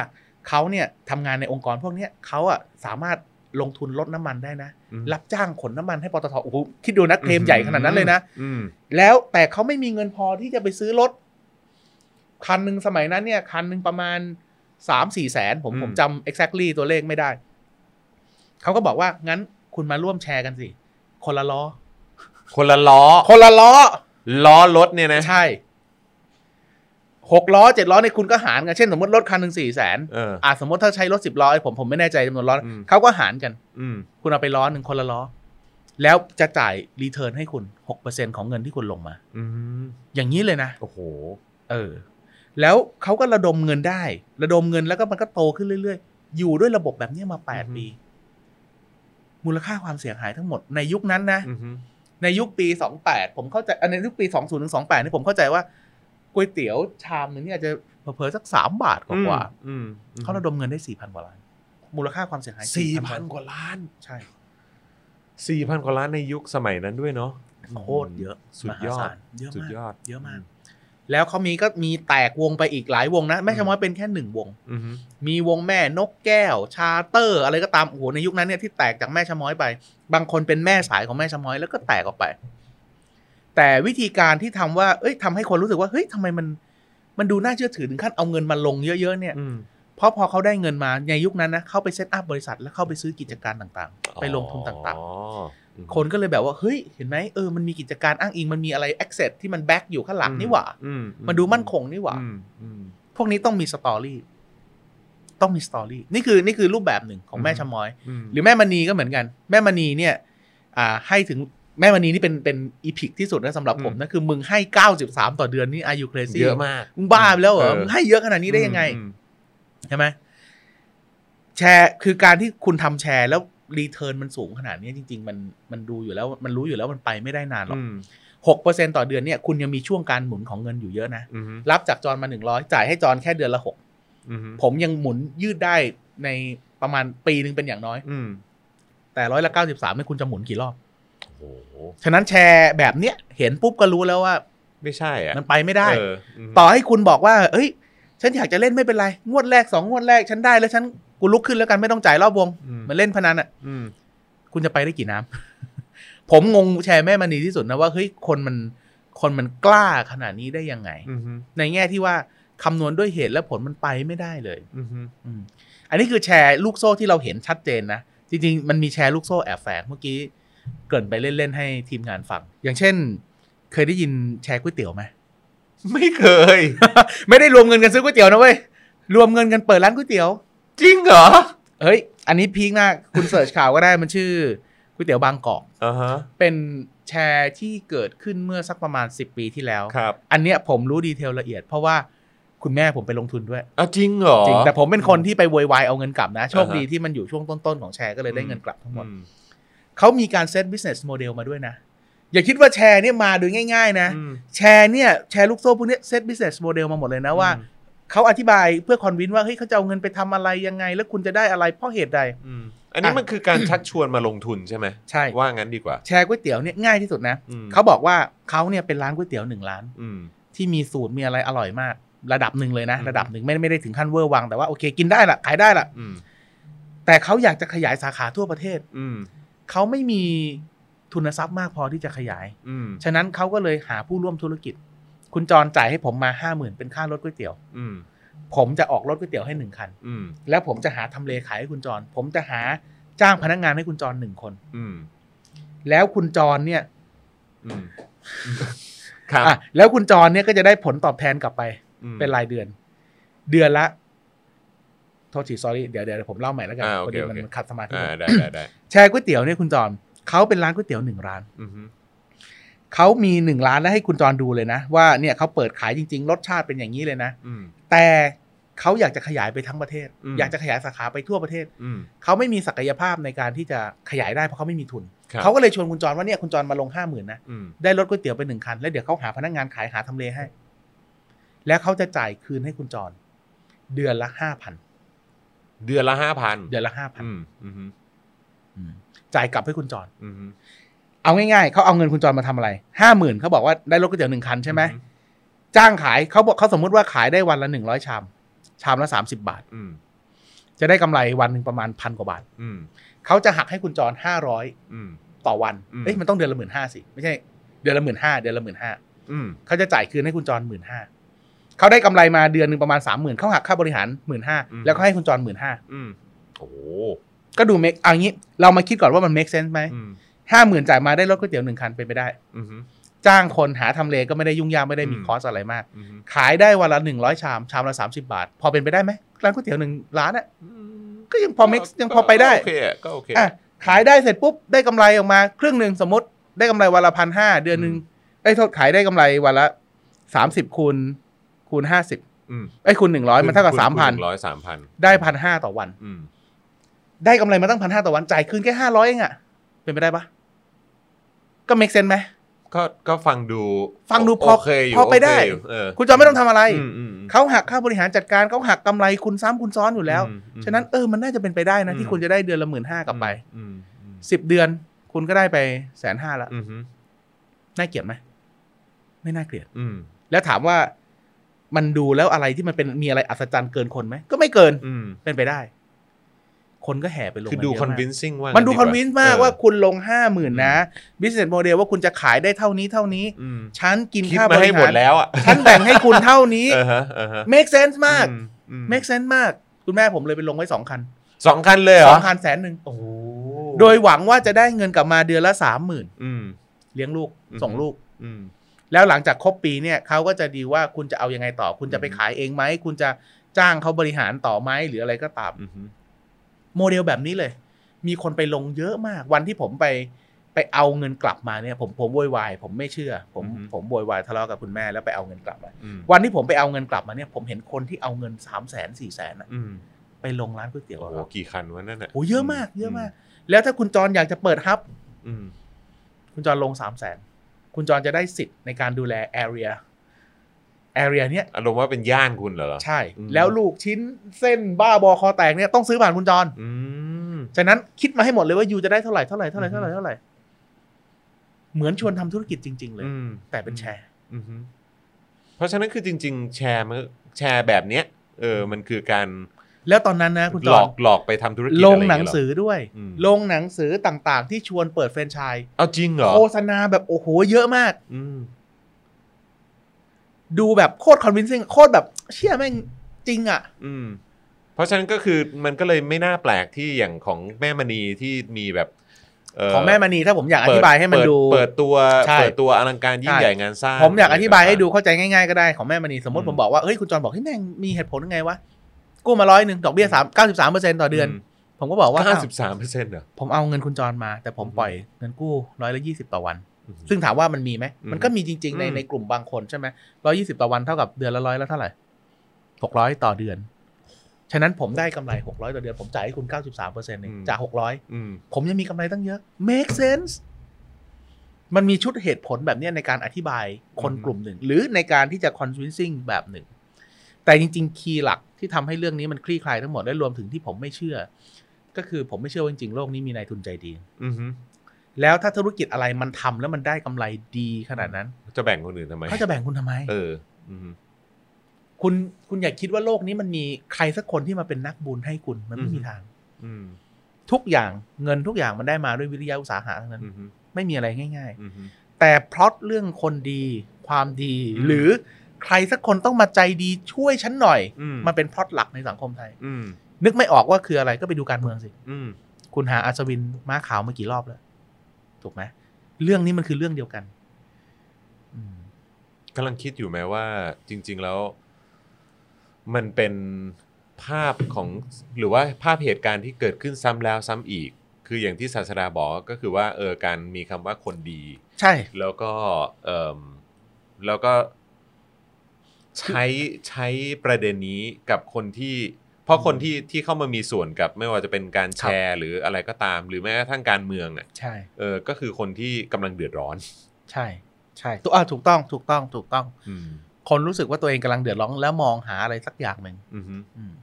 S3: เขาเนี่ยทำงานในองค์กรพวกเนี้ยเขาอะสามารถลงทุนลดน้ำมันได้นะ
S2: อืม
S3: รับจ้างขนน้ำมันให้ปตทโอ้โหคิดดูนะเคลมใหญ่ขนาดนั้นเลยนะ
S2: อืม
S3: แล้วแต่เขาไม่มีเงินพอที่จะไปซื้อรถ คันหนึ่งสมัยนั้นเนี่ย คันหนึ่งประมาณสามสี่แสนผมผมจำ exactly ตัวเลขไม่ได้ เขาก็บอกว่า งั้นคุณมาร่วมแชร์กันสิ คนละล้อ
S2: คนละล้อ
S3: คนละล้อ
S2: ล้อรถเนี่ยนะ
S3: ใช่หกล้อเจ็ดล้อในยคุณก็หารกันเช่น สมมติรถคันหนึ่งสี่แสน
S2: เออ
S3: อ่าสมมติถ้าใช้รถสิบล้อผมผมไม่แน่ใจจำนวนล้อนะ
S2: อืม
S3: เขาก็หารกัน
S2: อืม
S3: คุณเอาไปล้อหนึ่งคนละล้อ แล้วจะจ่ายรีเทิร์นให้คุณหกเปอร์เซ็นของเงินที่คุณลงมา
S2: อืม
S3: อย่างนี้เลยนะ
S2: โอ้โห
S3: เออ แล้วเขาก็ระดมเงินได้ ระดมเงินแล้วก็มันก็โตขึ้นเรื่อยๆ อยู่ด้วยระบบแบบเนี้ยมาแปด
S2: อือฮึ
S3: ปี มูลค่าความเสียหายทั้งหมดในยุคนั้นนะ
S2: อืมฮึ
S3: ในยุคปีสองแปดผมเข้าใจอ่ะในยุคปีสองศูนย์ถึงสองแปดนี่ยผมเข้าใจว่าก๋วยเตี๋ยวชามหนึ่งเนี่ยอาจจะเผลอๆสักสามบาทกว่า
S2: อืมอื
S3: ๆ
S2: ม
S3: เขาระดมเงินได้สี่พันกว่าล้าน มูลค่าความเสียหาย
S2: สี่พัน
S3: 4,000
S2: กว่าล้าน
S3: ใช่
S2: สี่พันกว่าล้านในยุคสมัยนั้นด้วยเนาะ
S3: โคตรเยอะ
S2: สุดย
S3: ม
S2: อด
S3: หาศาลเยอะ
S2: สุด
S3: มาก
S2: ยอด
S3: เยอะมาก แล้วเขามีก็มีแตกวงไปอีกหลายวงนะแม่ชะม้อยเป็นแค่หนึ่งวง
S2: อืมฮึ
S3: มีวงแม่นกแก้ว ชาเตอร์ อะไรก็ตามโอ้โหในยุคนั้นเนี่ยที่แตกจากแม่ชะม้อยไป บางคนเป็นแม่สายของแม่ชะม้อยแล้วก็แตกออกไป แต่วิธีการที่ทำว่า เอ้ยทำให้คนรู้สึกว่าเฮ้ยทำไมมัน มันดูน่าเชื่อถือถึงขั้นเอาเงินมาลงเยอะๆเนี่ย
S2: อืม
S3: เพราะพอเขาได้เงินมาในยุคนั้นนะเขาไปเซตอัพบริษัทแล้วเข้าไปซื้อกิจการต่างๆ ไปลงทุนต่าง
S2: อ๋ออืม
S3: ๆ คนก็เลยแบบว่าเฮ้ยเห็นไหมเออมันมีกิจการอ้างอิงมันมีอะไร access ที่มันแบ็กอยู่ข้างหลังนี่หว่า
S2: อื
S3: มันดูมั่นคงนี่หว่า
S2: อืมอืม
S3: พวกนี้ต้องมีสตอรี่ ต้องมีสตอรี่นี่คือนี่คือรูปแบบหนึ่งของแม่
S2: อืม
S3: ชะมอย
S2: อืม
S3: หรือแม่มณีก็เหมือนกัน แม่มณีเนี่ยอ่าให้ถึงแม่มณีนี่เป็นเป็นอีพิกที่สุดนะสำหรับผมนะคือมึงให้ 93 ต่อเดือนนี่อายุเครซี่
S2: เยอะมาก
S3: มึงบ้าไปแล้วเหรอ
S2: เออ
S3: มึงให้เยอะขนาดนี้ได้ยังไง
S2: อืม
S3: ใช่ไหมแชร์คือการที่คุณทำแชร์แล้วรีเทิร์นมันสูงขนาดนี้จริง ๆ มันมันดูอยู่แล้วมันรู้อยู่แล้วมันไปไม่ได้นานหรอก
S2: อืม
S3: หกเปอร์เซ็นต่อเดือนเนี่ยคุณยังมีช่วงการหมุนของเงินอยู่เยอะนะ
S2: อืม
S3: รับจากจอนมาหนึ่งร้อยจ่ายให้จอนแค่เดือนละหก
S2: อืม
S3: ผมยังหมุนยืดได้ในประมาณปีหนึ่งเป็นอย่างน้อย
S2: อืม
S3: แต่ร้อยละเก้าสิบสามเนี่ยคุณจะหมุนกี่รอบ
S2: โอ้โห
S3: ฉะนั้นแชร์แบบเนี้ยเห็นปุ๊บก็รู้แล้วว่า
S2: ไม่ใช่อ่ะ
S3: มันไปไม่ได้
S2: เออม
S3: ต่อให้คุณบอกว่า เอ้ย ฉันอยากจะเล่นไม่เป็นไร งวดแรกสองงวดแรกฉันได้แล้วฉันกูลุกขึ้นแล้วกันไม่ต้องจ่ายรอบวง
S2: อืม
S3: เหมันเล่นพนันอ่ะ
S2: อืม
S3: คุณจะไปได้กี่น้ำ [LAUGHS] ผมงงแชร์แม่มณีที่สุดนะว่าเฮ้ยคนมันคนมันกล้าขนาดนี้ได้ยังไง
S2: อืม
S3: ในแง่ที่ว่าคำนวณด้วยเหตุและผลมันไปไม่ได้เลย
S2: อืม
S3: อืมอันนี้คือแชร์ลูกโซ่ที่เราเห็นชัดเจนนะ จริงๆ มันมีแชร์ลูกโซ่แอบแฝงเมื่อกี้เกรินไปเล่น ๆ ให้ทีมงานฟัง อย่างเช่น เคยได้ยินแชร์ก๋วยเตี๋ยวไหม [LAUGHS]
S2: ไม่เคย
S3: ไม่ได้รวมเงินกันซื้อก๋วยเตี๋ยวนะเว้ย รวมเงินกันเปิดร้านก๋วยเตี๋ยว
S2: จริงเหรอ
S3: เฮ้ย อันนี้พีคมาก คุณเสิร์ชข่าวก็ได้มันชื่อก๋วยเตี๋ยวบางกอก
S2: อ่าฮะ
S3: เป็นแชร์ที่เกิดขึ้นเมื่อสักประมาณ 10 ปีที่แล้ว
S2: ครับ
S3: อันเนี้ยผมรู้ดีเทลละเอียด เพราะว่าคุณแม่ผมไปลงทุนด้วย
S2: อ่ะจริงเหรอ
S3: จริง แต่ผมเป็นคนที่ไปโวยวายเอาเงินกลับนะ โชค
S2: อ่าฮะ
S3: ดีที่มันอยู่ช่วงต้น ๆ ของแชร์ก็เลยได้
S2: อืม
S3: เงินกลับทั้งหมด
S2: อืม
S3: เขามีการเซต business model มาด้วยนะ อย่าคิดว่าแชร์เนี่ยมาโดยง่าย ๆ นะ
S2: อืม
S3: แชร์เนี่ยแชร์ลูกโซ่พวกเนี้เซต business model มาหมดเลยนะว่า
S2: อืม
S3: เขาอธิบายเพื่อคอนวินว่าเฮ้ยเขาจะเอาเงินไปทำอะไรยังไง แล้วคุณจะได้อะไรเพราะเหตุใด
S2: อืมอันนี้
S3: อ่ะ
S2: มันคือการชักชวนมาลงทุนใช่ไหม
S3: ใช่
S2: ว่างั้นดีกว่า
S3: แชร์ก๋วยเตี๋ยวเนี่ยง่ายที่สุดนะ
S2: อืม
S3: เขาบอกว่าเขาเนี่ยเป็นร้านก๋วยเตี๋ยวหนึ่งร้าน
S2: อืม
S3: ที่มีสูตรมีอะไรอร่อยมาก ระดับหนึ่งเลยนะ
S2: อืม
S3: ระดับหนึ่งไม่ไม่ได้ถึงขั้นเวอร์วังแต่ว่าโอเคกินได้ละขายได้ละ
S2: อืม
S3: แต่เขาอยากจะขยายสาขาทั่วประเทศ
S2: อืม
S3: เขาไม่มีทุนทรัพย์มากพอที่จะขยาย
S2: อืม
S3: ฉะนั้นเขาก็เลยหาผู้ร่วมธุรกิจ คุณจรจ่ายให้ผมมาห้าหมื่นเป็นค่ารถก๋วยเตี๋ยว
S2: อืม
S3: ผมจะออกรถก๋วยเตี๋ยวให้หนึ่งคัน
S2: อืม
S3: แล้วผมจะหาทำเลขายให้คุณจร ผมจะหาจ้างพนักงานให้คุณจรหนึ่งคน
S2: อืม
S3: แล้วคุณจรเนี่ย
S2: อืมครับ
S3: อ่ะแล้วคุณจรเนี่ยก็จะได้ผลตอบแทนกลับไป
S2: อืม
S3: เป็นรายเดือน เดือนละ โทษที sorry เดี๋ยวเดี๋ยวผมเล่าใหม่แล้วกัน
S2: อ่าโอ
S3: พอ
S2: เค
S3: ดี
S2: โอ
S3: มัน
S2: เค
S3: ขัดสมาธิ
S2: อ่าได้ได้ได้
S3: แชร์ก๋วยเตี๋ยวเนี่ยคุณจรเขาเป็นร้านก๋วยเตี๋ยวหนึ่งร้าน
S2: อืม
S3: เขามีหนึ่งร้านแล้วให้คุณจรดูเลยนะ ว่าเนี่ยเขาเปิดขายจริง ๆ รสชาติเป็นอย่างนี้เลยนะ
S2: อืม
S3: แต่เขาอยากจะขยายไปทั้งประเทศ
S2: อืม
S3: อยากจะขยายสาขาไปทั่วประเทศ
S2: อืม
S3: เขาไม่มีศักยภาพในการที่จะขยายได้เพราะเขาไม่มีทุน
S2: ครับ
S3: เขาก็เลยชวนคุณจรว่าเนี่ยคุณจรมาลงห้าหมื่นนะ
S2: อืม
S3: ได้รถก๋วยเตี๋ยวไปหนึ่งคัน แล้วเดี๋ยวเขาหาพนักงานขายหาทำเลให้ แล้วเขาจะจ่ายคืนให้คุณจร เดือนละห้าพัน
S2: เดือนละห้าพัน
S3: เดือนละห้าพัน
S2: อืมอืม
S3: จ่ายกลับให้คุณจร
S2: อืม
S3: เอาง่ายๆเขาเอาเงินคุณจรมาทำอะไรห้าหมื่นเขาบอกว่าได้รถก๋วยเตี๋ยวหนึ่งคันใช่ไหม
S2: อื
S3: จ้างขายเขาบอกเขาสมมุติว่าขายได้วันละหนึ่งร้อยชาม ชามละสามสิบาท
S2: อืม
S3: จะได้กำไรวันหนึ่งประมาณพันกว่าบาท
S2: อืม
S3: เขาจะหักให้คุณจรห้าร้อย
S2: อืม
S3: ต่อวัน
S2: อืม
S3: เอ้ยมันต้องเดือนละหมื่นห้าสิไม่ใช่เดือนละหมื่นห้าเดือนละหมื่นห้า
S2: อืม
S3: เขาจะจ่ายคืนให้คุณจรหมื่นห้าเขาได้กำไรมาเดือนหนึ่งประมาณสามหมื่นเขาหักค่าบริหารหมื่นห้าแล้วก็ให้คุณจรหมื่นห้า
S2: อืมโอ้โห
S3: ก็ดูเมคเอางี้ เรามาคิดก่อนว่ามัน make sense ไหม
S2: อืม
S3: ห้าหมื่นจ่ายมาได้รถก๋วยเตี๋ยวหนึ่งคันเป็นไปได้
S2: อืม
S3: จ้างคนหาทำเลก็ไม่ได้ยุ่งยากไม่ได้มี
S2: อืม
S3: คอสอะไรมาก
S2: อืม
S3: ขายได้วันละหนึ่งร้อยชาม ชามละสามสิบาท พอเป็นไปได้ไหมร้านก๋วยเตี๋ยวหนึ่งร้านอ่ะ
S2: อืม
S3: ก็ยังพอ make ยังพอไปได้
S2: ก็โอเคอะก็โอเค
S3: อ่ะขายได้เสร็จปุ๊บได้กำไรออกมาครึ่งหนึ่งสมมติได้กำไรวันละพันห้าเดือนหนึ่ง
S2: อืม
S3: ไอ้ยโทษขายได้กำไรวันละสามสิบคูณคูณห้าสิบ
S2: อืม
S3: ไอ้คูณหนึ่งร้อยมันเท่ากับ
S2: คูณ
S3: สามพัน
S2: คูณร้อยสามพัน
S3: ได้พันห้าต่อวัน
S2: อืม
S3: ได้กำไรมาตั้งพันห้าต่อวัน จ่ายคืนแค่ห้าร้อยเองอะเป็นไปได้ปะก็ make sense ไหม
S2: ก็ก็ฟังดู
S3: ฟังดูพอ
S2: โอเคอยู่
S3: พอไปได้
S2: โเคยู่เ
S3: คุณจอนไม่ต้องทำอะไร
S2: อืมอืมอืม
S3: เขาหักค่าบริหารจัดการเขาหักกำไรคุณซ้ำคุณซ้อนอยู่แล้ว
S2: อืมอืม
S3: ฉะนั้นเออมันน่าจะเป็นไปได้นะ
S2: อืม
S3: ที่คุณจะได้เดือนละหมื่นห้ากลับไป
S2: อืมอืม
S3: สิบเดือน คุณก็ได้ไปแสนห้าละ
S2: อืมอืม
S3: น่าเกลียดไหมไม่น่าเกลียด
S2: อืม
S3: แล้วถามว่ามันดูแล้วอะไรที่มันเป็นมีอะไรอัศจรรย์เกินคนไหมก็ไม่เกิน
S2: อืม
S3: เป็นไปได้ คนก็แห่ไปลง
S2: คือ
S3: กั
S2: ดู
S3: เยะมาก
S2: convincing ว่า
S3: มั
S2: มัน
S3: ดูคอนวินส์มากว่าคุณลงห้าหมื่นนะ business model ว่าคุณจะขายได้เท่านี้เท่านี้
S2: อืม
S3: ฉันกิน
S2: คิด
S3: ค่า
S2: มา
S3: บ
S2: ให้
S3: ริ
S2: หม
S3: หา
S2: ด
S3: ร
S2: แล้วอ่ะ
S3: ฉันแบ่งให้คุณเท่านี้
S2: เออฮะเออฮะ
S3: make sense มาก
S2: อือืม
S3: make sense มาก คุณแม่ผมเลยไปลงไว้สองคัน
S2: สองคันเลยเหร
S3: ส
S2: อ
S3: องคันแสนหนึ่ง
S2: โอ้โห
S3: โดยหวังว่าจะได้เงินกลับมาเดือนละสามหมื่น
S2: อืม
S3: เลี้ยงลูก
S2: อืม
S3: ส่งลูก
S2: อืม
S3: แล้วหลังจากครบปีเนี่ยเขาก็จะดีลว่าคุณจะเอายังไงต่อ คุณจะไป
S2: อืม
S3: ขายเองไหม คุณจะ จ้างเขาบริหารต่อไหมหรืออะไรก็ตาม
S2: อือฮึ
S3: โมเดลแบบนี้เลย มีคนไปลงเยอะมาก วันที่ผมไปไปเอาเงินกลับมาเนี่ย ผมผมโวยวายผมไม่เชื่อ ผมผมโวยวายทะเลาะกับคุณแม่แล้วไปเอาเงินกลับมา
S2: อืม
S3: วันที่ผมไปเอาเงินกลับมาเนี่ยผมเห็นคนที่เอาเงินสามแสนสี่แสน
S2: อืม
S3: ไปลงร้านก๋วยเตี๋ยว
S2: โอ้โห
S3: ครับ
S2: กี่คันวะนั่นอ่ะ
S3: โอ้เยอะมากเยอะมาก แล้วถ้าคุณจรอยากจะเปิดฮับ
S2: อืม
S3: คุณจรลงสามแสนคุณจรจะได้สิทธิ์ในการดูแลแอเรียแอเรียเนี้ย
S2: อารมณ์ว่าเป็นย่านคุณเหรอ
S3: ใช่
S2: อืม
S3: แล้วลูกชิ้นเส้นบ้าบอคอแตกเนี่ยต้องซื้อผ่านคุณจร
S2: อืม
S3: ฉะนั้นคิดมาให้หมดเลยว่ายูจะได้เท่าไหร่เท่าไหร่เท่าไหร่
S2: อือฮึ
S3: เท่าไหร่เท่าไหร่เหมือนชวนทำธุรกิจจริง ๆ เลย
S2: อืม
S3: แต่เป็นแชร์
S2: อือฮึเพราะฉะนั้นคือจริง ๆ แชร์มันแชร์แบบเนี้ยเออมันคือการ
S3: แล้วตอนนั้นนะคุณจ
S2: หล
S3: อ
S2: อน กหลอกไปทำธุรกิจ
S3: ล
S2: อะ
S3: ง
S2: ไรอย่า
S3: หนัง
S2: เยเร
S3: สือด้วย
S2: อืม
S3: ลงหนังสือต่างๆ ที่ชวนเปิดแฟรนไชส์
S2: เอาจริงเหรอ
S3: โฆษณาแบบโอ้โหเยอะมาก
S2: อืม
S3: ดูแบบโคตรคอนวินซิ่งโคตรแบบ เชื่อแม่งจริงอ่ะ
S2: อืมเพราะฉะนั้นก็คือมันก็เลยไม่น่าแปลกที่อย่างของแม่มณีที่มีแบบเ
S3: ของแม่มณีถ้าผมอยากอ
S2: เปิ
S3: ธิบายให้มัน
S2: เปิ
S3: ดู
S2: เปิดตัว
S3: ใช่
S2: เปิดตัวอลังการยิ่ง
S3: ใช่
S2: ใหญ่งานสร้าง
S3: ผมอยากอธิบายให้ดู
S2: ะไรแ
S3: เข้าใจง่ายๆก็ได้ของแม่มณีสมมติ
S2: อืม
S3: ผมบอกว่าเฮ้ยคุณจอนบอกเฮ้ยแม่งมีเหตุผลยังไงวะกู้มาร้อยหนึ่งดอกเบี้ยสามเก้าสิบสามเปอร์เซ็นต์ต่อเดือน ผมก็บอกว่า
S2: ว่า
S3: อ้าว
S2: สิบสามเปอร์เซ็นต์เหรอ
S3: ผมเอาเงินคุณจรมา แต่ผม
S2: อืม
S3: ปล่อยเงินกู้ร้อยละยี่สิบต่อวัน
S2: อืม
S3: ซึ่งถามว่ามันมีไหม
S2: อืม
S3: มันก็มีจริง ๆ ใน
S2: อืม
S3: ในกลุ่มบางคนใช่ไหมร้อยี่สิบต่อวันเท่ากับเดือนละร้อยแล้วเท่าไหร่หกร้อยต่อเดือน ฉะนั้นผมได้กำไรหกร้อยต่อเดือน ผมจ่ายให้คุณเก้าสิบสามเปอร์เซ็นต์จากหกร้อย
S2: อืม
S3: ผมยังมีกำไรตั้งเยอะ make sense มันมีชุดเหตุผลแบบเนี้ยในการอธิบายคนกลุ่มหนึ่ง หรือในการที่จะ convincing แบบหนึ่ง แต่จริง ๆ คีย์หลักที่ทำให้เรื่องนี้มันคลี่คลายทั้งหมดและรวมถึงที่ผมไม่เชื่อ ก็คือผมไม่เชื่อว่าจริงๆโลกนี้มีนายทุนใจดี
S2: อือฮึ
S3: แล้วถ้าธุรกิจอะไรมันทำแล้วมันได้กำไรดีขนาดนั้น
S2: จะแบ่งคนอื่นทำไม
S3: เขาจะแบ่งคุณทำไม
S2: เอออือฮึ
S3: คุณคุณอย่าคิดว่าโลกนี้มันมีใครสักคนที่มาเป็นนักบุญให้คุณมันไม่
S2: อืม
S3: มีทาง
S2: อืม
S3: ทุกอย่างเงินทุกอย่างมันได้มาด้วยวิริยะอุตสาหะทั้งนั้น
S2: อือฮึ
S3: ไม่มีอะไรง่าย
S2: อือฮึ
S3: ๆ แต่พล็อตเรื่องคนดีความดี
S2: อืม
S3: หรือใครสักคนต้องมาใจดีช่วยฉันหน่อย
S2: อืม
S3: มันเป็นพล็อตหลักในสังคมไทย
S2: อืม
S3: นึกไม่ออกว่าคืออะไรก็ไปดูการเมืองสิ
S2: อืม
S3: คุณหาอัศวินม้าขาวมากี่รอบแล้ว ถูกไหมเรื่องนี้มันคือเรื่องเดียวกัน อืม
S2: กำลังคิดอยู่ไหมว่าจริง ๆ แล้ว มันเป็นภาพของหรือว่าภาพเหตุการณ์ที่เกิดขึ้นซ้ำแล้วซ้ำอีก คืออย่างที่ศาสดาบอกก็คือว่าเออการมีคำว่าคนดี
S3: ใช่
S2: แล้วก็เอมแล้วก็ใช้ใช้ประเด็นนี้กับคนที่ เพราะคนที่ที่เข้ามามีส่วนกับ ไม่ว่าจะเป็นการแชร์ หรืออะไรก็ตาม หรือแม้กระทั่งการเมืองอ่ะ
S3: ใช่
S2: เออก็คือคนที่กำลังเดือดร้อน
S3: ใช่ใช่ตัวอ่าถูกต้องถูกต้องถูกต้อง
S2: อืม
S3: คนรู้สึกว่าตัวเองกำลังเดือดร้อนแล้วมองหาอะไรสักอย่างหนึ่ง
S2: อือฮึ
S3: อืม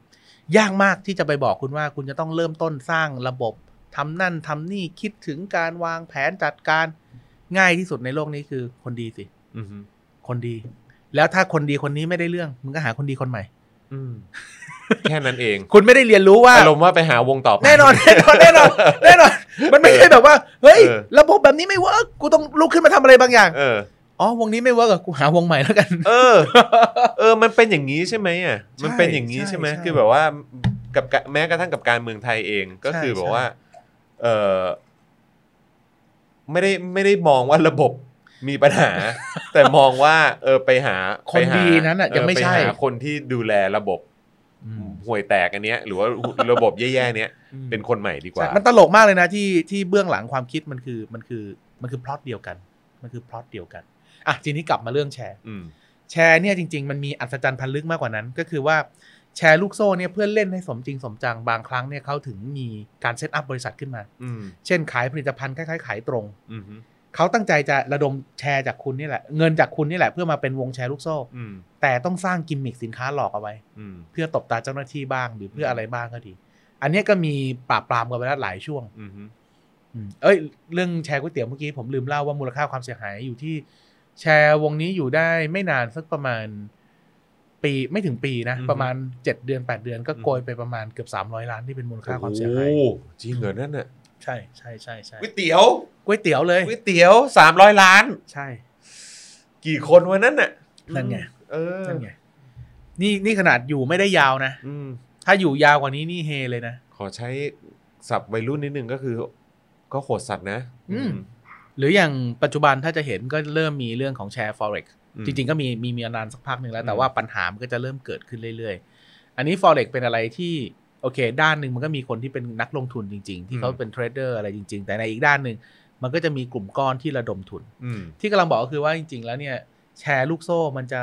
S3: ยากมากที่จะไปบอกคุณว่าคุณจะต้องเริ่มต้นสร้างระบบทำนั่นทำนี่คิดถึงการวางแผนจัดการง่ายที่สุดในโลกนี้คือคนดีสิ
S2: อือฮึ
S3: คนดี แล้วถ้าคนดีคนนี้ไม่ได้เรื่องมึงก็หาคนดีคนใหม่
S2: อืมแค่นั้นเอง
S3: คุณไม่ได้เรียนรู้ว่า
S2: อารมณ์ว่าไปหาวงต่อไป
S3: แน่นอน แน่นอนแน่นอนแน่นอน มันไม่ใช่แบบว่า เฮ้ย
S2: เออ
S3: ระบบแบบนี้ไม่เวิร์กกูต้องลุกขึ้นมาทำอะไรบางอย่าง
S2: เออ
S3: อ๋อ วงนี้ไม่เวิร์กเหรอกูหาวงใหม่แล้วกัน
S2: เออ เออ มันเป็นอย่างนี้ใช่ไหมอ่ะ มันเป็นอย่างนี้
S3: ใช่
S2: ใช่ไหม
S3: ใช่
S2: คือแบบว่ากับกะแม้กระทั่งกับการเมืองไทยเองก็
S3: ใช่
S2: คือแบบ
S3: ใช่
S2: ว่า เออไม่ได้ไม่ได้มองว่าระบบมีปัญ
S3: [LAUGHS]
S2: หา แต่มองว่า เออไปหา
S3: คน
S2: ไปหา
S3: ดีนั้นอ่ะ ยังไม่ใช่
S2: เออปหาคนที่ดูแลระบบ
S3: อืม
S2: ห่วยแตกอันเนี้ย หรือว่าระบบแย่ๆเนี้ยเป็นคนใหม่ดีกว่า
S3: ใช่มันตลกมากเลยนะที่ที่เบื้องหลังความคิดมันคือมันคือมันคือพล็อตเดียวกัน มันคือพล็อตเดียวกัน อ่ะ ทีนี้กลับมาเรื่องแชร์
S2: อืม
S3: แชร์เนี่ยจริง ๆ มันมีอัศจรรย์พันลึกมากกว่านั้น ก็คือว่าแชร์ลูกโซ่เนี่ยเพื่อเล่นให้สมจริงสมจังบางครั้งเนี่ยเขาถึงมีการเซตอัพบริษัทขึ้นมา
S2: อืม
S3: เช่นขายผลิตภัณฑ์คล้ายๆขายตรง
S2: อืมฮึ
S3: เขาตั้งใจจะระดมแชร์จากคุณนี่แหละ เงินจากคุณนี่แหละเพื่อมาเป็นวงแชร์ลูกโซ่
S2: อืม
S3: แต่ต้องสร้างกิมมิคสินค้าหลอกเอาไว้
S2: อืม
S3: เพื่อตบตาเจ้าหน้าที่บ้างหรือเพื่ออะไรบ้างก็ดี อันเนี้ยก็มีปราบปรามกันไปแล้วหลายช่วง
S2: อืมฮึ
S3: อืมเอ้ย เรื่องแชร์ก๋วยเตี๋ยวเมื่อกี้ผมลืมเล่าว่ามูลค่าความเสียหายอยู่ที่แชร์วงนี้อยู่ได้ไม่นานสักประมาณปีไม่ถึงปีนะ ประมาณเจ็ดเดือนแปดเดือนก็โกยไปประมาณเกือบสามร้อยล้านที่เป็นมูลค่าความเสียหาย
S2: โอ้จริงเหรอนั่นน่ะ
S3: ใช่ใช่ใช่ใช่
S2: ก๋วยเตี๋ยว
S3: ก๋วยเตี๋ยวเลย
S2: ก๋วยเตี๋ยวสามร้อยล้าน
S3: ใช่
S2: กี่คนวันนั้นน่ะ
S3: นั่นไง
S2: เออ
S3: นั่นไงนี่นี่ขนาดอยู่ไม่ได้ยาวนะ
S2: อืม
S3: ถ้าอยู่ยาวกว่านี้นี่เฮเลยนะ
S2: ขอใช้สับวัยรุ่นนิดนึงก็คือ ก็โหดสัตว์นะ
S3: อืม หรืออย่างปัจจุบันถ้าจะเห็นก็เริ่มมีเรื่องของแชร์ forex จริง ๆ ก็มีมีมีมานานสักพักหนึ่งแล้ว แต่ว่าปัญหามันก็จะเริ่มเกิดขึ้นเรื่อย ๆ อันนี้ forex เป็นอะไรที่โอเค ด้านหนึ่งมันก็มีคนที่เป็นนักลงทุนจริง ๆ ที่เขา
S2: อืม
S3: เป็นเทรดเดอร์อะไรจริง ๆ แต่ในอีกด้านหนึ่งมันก็จะมีกลุ่มก้อนที่ระดมทุน
S2: อืม
S3: ที่กำลังบอกก็คือว่าจริง ๆ แล้วเนี่ยแชร์ลูกโซ่มันจะ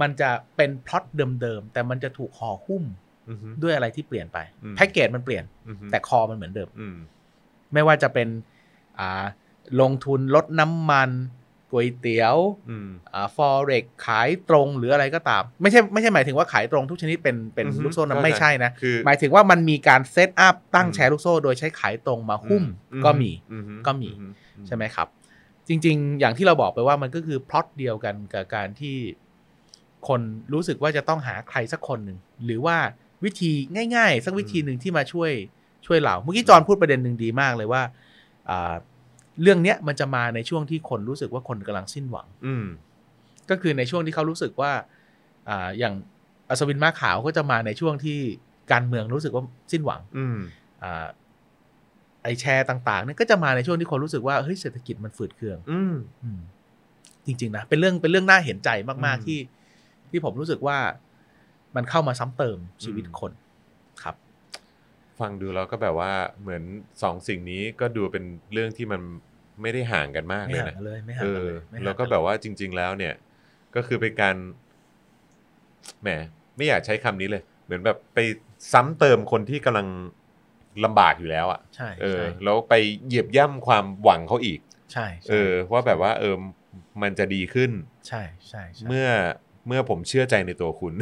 S3: มันจะเป็นพล็อตเดิมๆแต่มันจะถูกห่อหุ้ม
S2: อือฮึ
S3: ด้วยอะไรที่เปลี่ยนไป
S2: อืม
S3: แพ็กเกจมันเปลี่ยน
S2: อือฮึ
S3: แต่คอมันเหมือนเดิม
S2: อืม
S3: ไม่ว่าจะเป็นอ่าลงทุนลดน้ำมันก๋วยเตี๋ยว
S2: อืม
S3: ฟอเร็กขายตรงหรืออะไรก็ตาม ไม่ใช่ไม่ใช่หมายถึงว่าขายตรงทุกชนิดเป็นเป็น
S2: อือฮึ
S3: ลูกโซ่นะ
S2: เข้าใจ
S3: ไม่ใช่นะ
S2: คือ
S3: หมายถึงว่ามันมีการเซตอัพตั้ง
S2: อืม
S3: แชร์ลูกโซ่โดยใช้ขายตรงมาหุ้ม
S2: อื
S3: ก็มี
S2: อือฮึ
S3: ก็มี
S2: อือฮึ
S3: ใช่ไหมครับ จริง ๆ อย่างที่เราบอกไปว่ามันก็คือพล็อตเดียวกันกับการที่คนรู้สึกว่าจะต้องหาใครสักคนหนึ่งหรือว่าวิธีง่าย ๆ สักวิธีหนึ่งที่มาช่วยช่วยเราเมื่อกี้จอห์นพูดประเด็นหนึ่งดีมากเลยว่าอ่าเรื่องเนี้ยมันจะมาในช่วงที่คนรู้สึกว่าคนกำลังสิ้นหวัง
S2: อืม
S3: ก็คือในช่วงที่เขารู้สึกว่าอ่าอย่างอัศวินมาขาวก็จะมาในช่วงที่การเมืองรู้สึกว่าสิ้นหวัง
S2: อืม
S3: อ่าไอแชร์ต่างๆเนี่ยก็จะมาในช่วงที่คนรู้สึกว่าเฮ้ยเศรษฐกิจมันฝืดเคือง
S2: อืม
S3: อืม จริง ๆ นะ เป็นเรื่องเป็นเรื่องน่าเห็นใจมาก
S2: อืม
S3: ๆที่ ที่ผมรู้สึกว่ามันเข้ามาซ้ำเติมชีวิต
S2: อืม
S3: คนครับ
S2: ฟังดูแล้วก็แบบว่าเหมือนสองสิ่งนี้ก็ดูเป็นเรื่องที่มันไม่ได้ห่างกันมาก
S3: ไม่
S2: เลย
S3: ห่าง
S2: นะ
S3: กันเลยไม่ห่า
S2: เอง
S3: กัน
S2: อ
S3: เลยไม่ห่างนเย
S2: แล้วก็แบบว่าจริง ๆ แล้วเนี่ย ก็คือเป็นการแหมไม่อยากใช้คำนี้เลย เหมือนแบบไปซ้ำเติมคนที่กำลังลำบากอยู่แล้วอะ่ะ
S3: ใช่
S2: เออ
S3: ใช่
S2: แล้วไปเหยียบย่ำความหวังเขาอีก
S3: ใช่
S2: เออ ว่าแบบว่า เออมันจะดีขึ้น
S3: ใช่ใช่ใช่
S2: เมื่อเมื่อผมเชื่อใจในตัวคุณ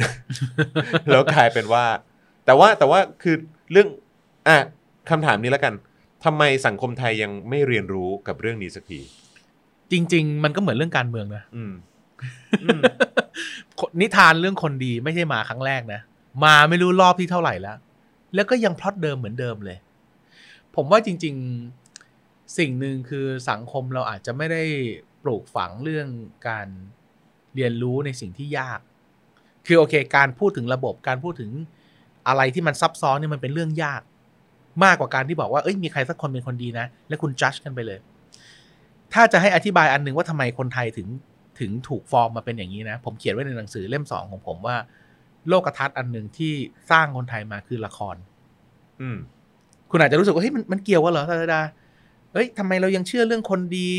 S2: [LAUGHS] แล้วกลายเป็นว่า แต่ว่าแต่ว่าคือเรื่องอ่ะคำถามนี้แล้วกันทำไมสังคมไทยยังไม่เรียนรู้กับเรื่องนี้สักที
S3: จริง ๆ มันก็เหมือนเรื่องการเมืองนะ
S2: อืม
S3: นิทานเรื่องคนดีไม่ใช่มาครั้งแรกนะ มาไม่รู้รอบที่เท่าไหร่แล้ว แล้วก็ยังพล็อตเดิมเหมือนเดิมเลย ผมว่าจริง ๆ สิ่งหนึ่งคือสังคมเราอาจจะไม่ได้ปลูกฝังเรื่องการเรียนรู้ในสิ่งที่ยาก คือโอเค การพูดถึงระบบการพูดถึงอะไรที่มันซับซ้อนเนี่ยมันเป็นเรื่องยาก มากกว่าการที่บอกว่าเอ้ยมีใครสักคนเป็นคนดีนะ แล้วคุณจัดกันไปเลย ถ้าจะให้อธิบายอันหนึ่งว่าทำไมคนไทยถึงถึงถูกฟอร์มมาเป็นอย่างนี้นะ ผมเขียนไว้ในหนังสือเล่มสองของผมว่า โลกทัศน์อันหนึ่งที่สร้างคนไทยมาคือละคร
S2: อืม
S3: คุณอาจจะรู้สึกว่าเฮ้ยมันมันเกี่ยวกันเหรอธดาเอ้ยทำไมเรายังเชื่อเรื่องคนดี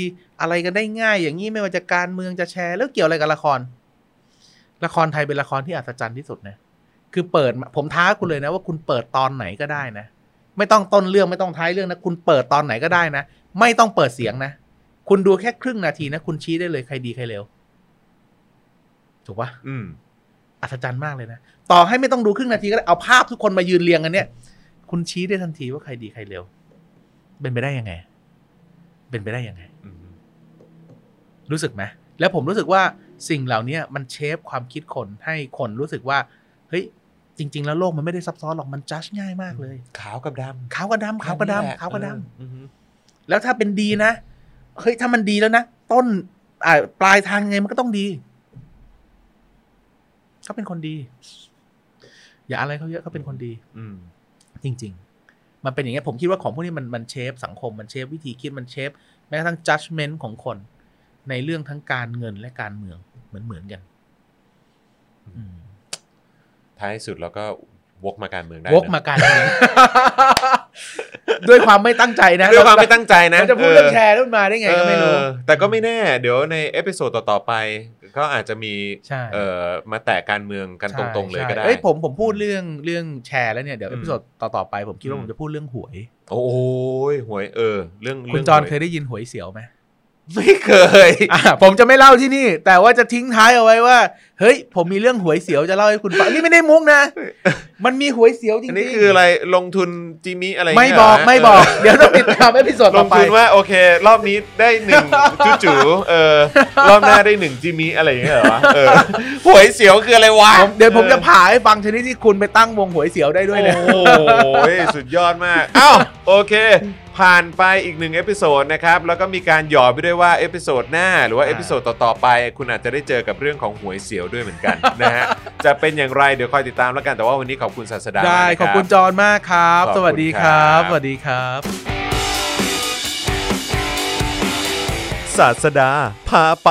S3: อะไรกันได้ง่าย อย่างนี้ไม่ว่าจะการเมืองจะแชร์แล้วเกี่ยวอะไรกับละคร ละครไทยเป็นละครที่อัศจรรย์ที่สุดนะ คือเปิดมาผมท้าคุณเลยนะว่าคุณเปิดตอนไหนก็ได้นะ ไม่ต้องต้นเรื่องไม่ต้องท้ายเรื่องนะ คุณเปิดตอนไหนก็ได้นะ ไม่ต้องเปิดเสียงนะ คุณดูแค่ครึ่งนาทีนะ คุณชี้ได้เลยใครดีใครเร็วถูกปะ
S2: อืม
S3: อัศจรรย์มากเลยนะ ต่อให้ไม่ต้องดูครึ่งนาทีก็ได้ เอาภาพทุกคนมายืนเรียงกันเนี่ย คุณชี้ได้ทันทีว่าใครดีใครเร็ว เป็นไปได้ยังไง เป็นไปได้ยังไง
S2: อืม
S3: รู้สึกไหมแล้วผมรู้สึกว่าสิ่งเหล่านี้มันเชฟความคิดคนให้คนรู้สึกว่า เฮ้ย จริง ๆ แล้วโลกมันไม่ได้ซับซ้อนหรอกมันจัดง่ายมากเลย
S2: ขาวกับด
S3: ขาวกับดำ
S2: ำ
S3: ขาวกับ
S2: แค่นี้แหละ
S3: ดำขาวกับดำ
S2: เอออือฮึ
S3: แล้วถ้าเป็นดีนะ เฮ้ย ถ้ามันดีแล้วนะ ต้นอ่าปลายทางไงมันก็ต้องดี เขาเป็นคนดี อย่าอะไรเขาเยอะเขาเป็นคนดี
S2: อืม
S3: จริง ๆ มันเป็นอย่างเงี้ยผมคิดว่าของพวกนี้มันมันเชฟสังคมมันเชฟวิธีคิดมันเชฟแม้กระทั่ง judgment ของคน ในเรื่องทั้งการเงินและการเมืองเหมือนเหมือนๆกันอืม
S2: ท้ายสุดเราก็วกมาการเมืองได้
S3: วกมาการเมือง [LAUGHS] ด้วยความไม่ตั้งใจนะ
S2: นะด้วยความไม่ตั้งใจนะ
S3: เราจะพูดเรื่อง
S2: อ
S3: แชร์แล้วมันมาได้ไงก็ไม่รู้
S2: เออแต่ก็ไม่แน่ เดี๋ยวในเอพิโซดต่อ ๆ ไป ก็อาจจะมี
S3: ใช่
S2: เอ่อมาแตะการเมืองกันตรง ๆ เลยก็ได้
S3: ใช่ใช่เอ้ยผมผมพูดเรื่องเรื่องแชร์แล้วเนี่ยเดี๋ยว
S2: อื
S3: เอ
S2: ม
S3: พิโซดต่อๆไปผมคิดว่า
S2: อืม
S3: ผมจะพูดเรื่องหวย
S2: โอ้ยหวยเออ เรื่อง
S3: คุณ
S2: ง
S3: จอห์น
S2: หว
S3: เคยได้ยินหวยเสียวไหม [LAUGHS]
S2: ไม่เคย
S3: อ่ะผมจะไม่เล่าที่นี่ แต่ว่าจะทิ้งท้ายเอาไว้ว่า เฮ้ย ผมมีเรื่องหวยเสียวจะเล่าให้คุณฟังอันนี่ไม่ได้มุก
S2: [LAUGHS]
S3: นะ มันมีหวยเสียวจริงๆ
S2: อันนี้คืออะไรลงทุนจิมิอะไรย่าง
S3: ไม่
S2: เงี้ย [LAUGHS]
S3: บอก
S2: เหรฮะ
S3: ไม่บอก
S2: เ
S3: เดี๋ยวต้องติดตามเอพิโซด
S2: ล
S3: ต่อง ไป
S2: ทุนว่าโอเค รอบนี้ได้ห [LAUGHS] นึ่ง จูจูเออรอบหน้าได้หนึ่งจิมิอะไรอย่างเงี้ยเหรอวะเออ [LAUGHS] หวยเสียวคืออะไรวะ
S3: ผมเดี๋ยวผมจะผ่าให้ฟังชนิดที่คุณไปตั้งวงหวยเสียวได้ด้วยนะ
S2: โอ้โหสุดยอดมาก [LAUGHS] เอ้าโอเค ผ่านไปอีกหนึ่งเอพิโซดนะครับ แล้วก็มีการหยอดไปด้วยว่าเอพิโซดหน้า หรือว่า
S3: อ่า
S2: เอพิโซดต่อ ๆ ไป คุณอาจจะได้เจอกับเรื่องของหวยเสียวด้วยเหมือน [LAUGHS] กันนะฮะ จะเป็นอย่างไรเดี๋ยวคอยติดตามแล้วกันแต่ว่าวันนี้ขอบคุณศาสดา
S3: ได้
S2: มากนะ
S3: ขอบ
S2: รั
S3: คุณจอห์นมากครับ
S2: ขอบคุณ
S3: สวัสดีครับ
S2: ครับ
S3: สวัสดีครับ
S2: ศาสดาพาไป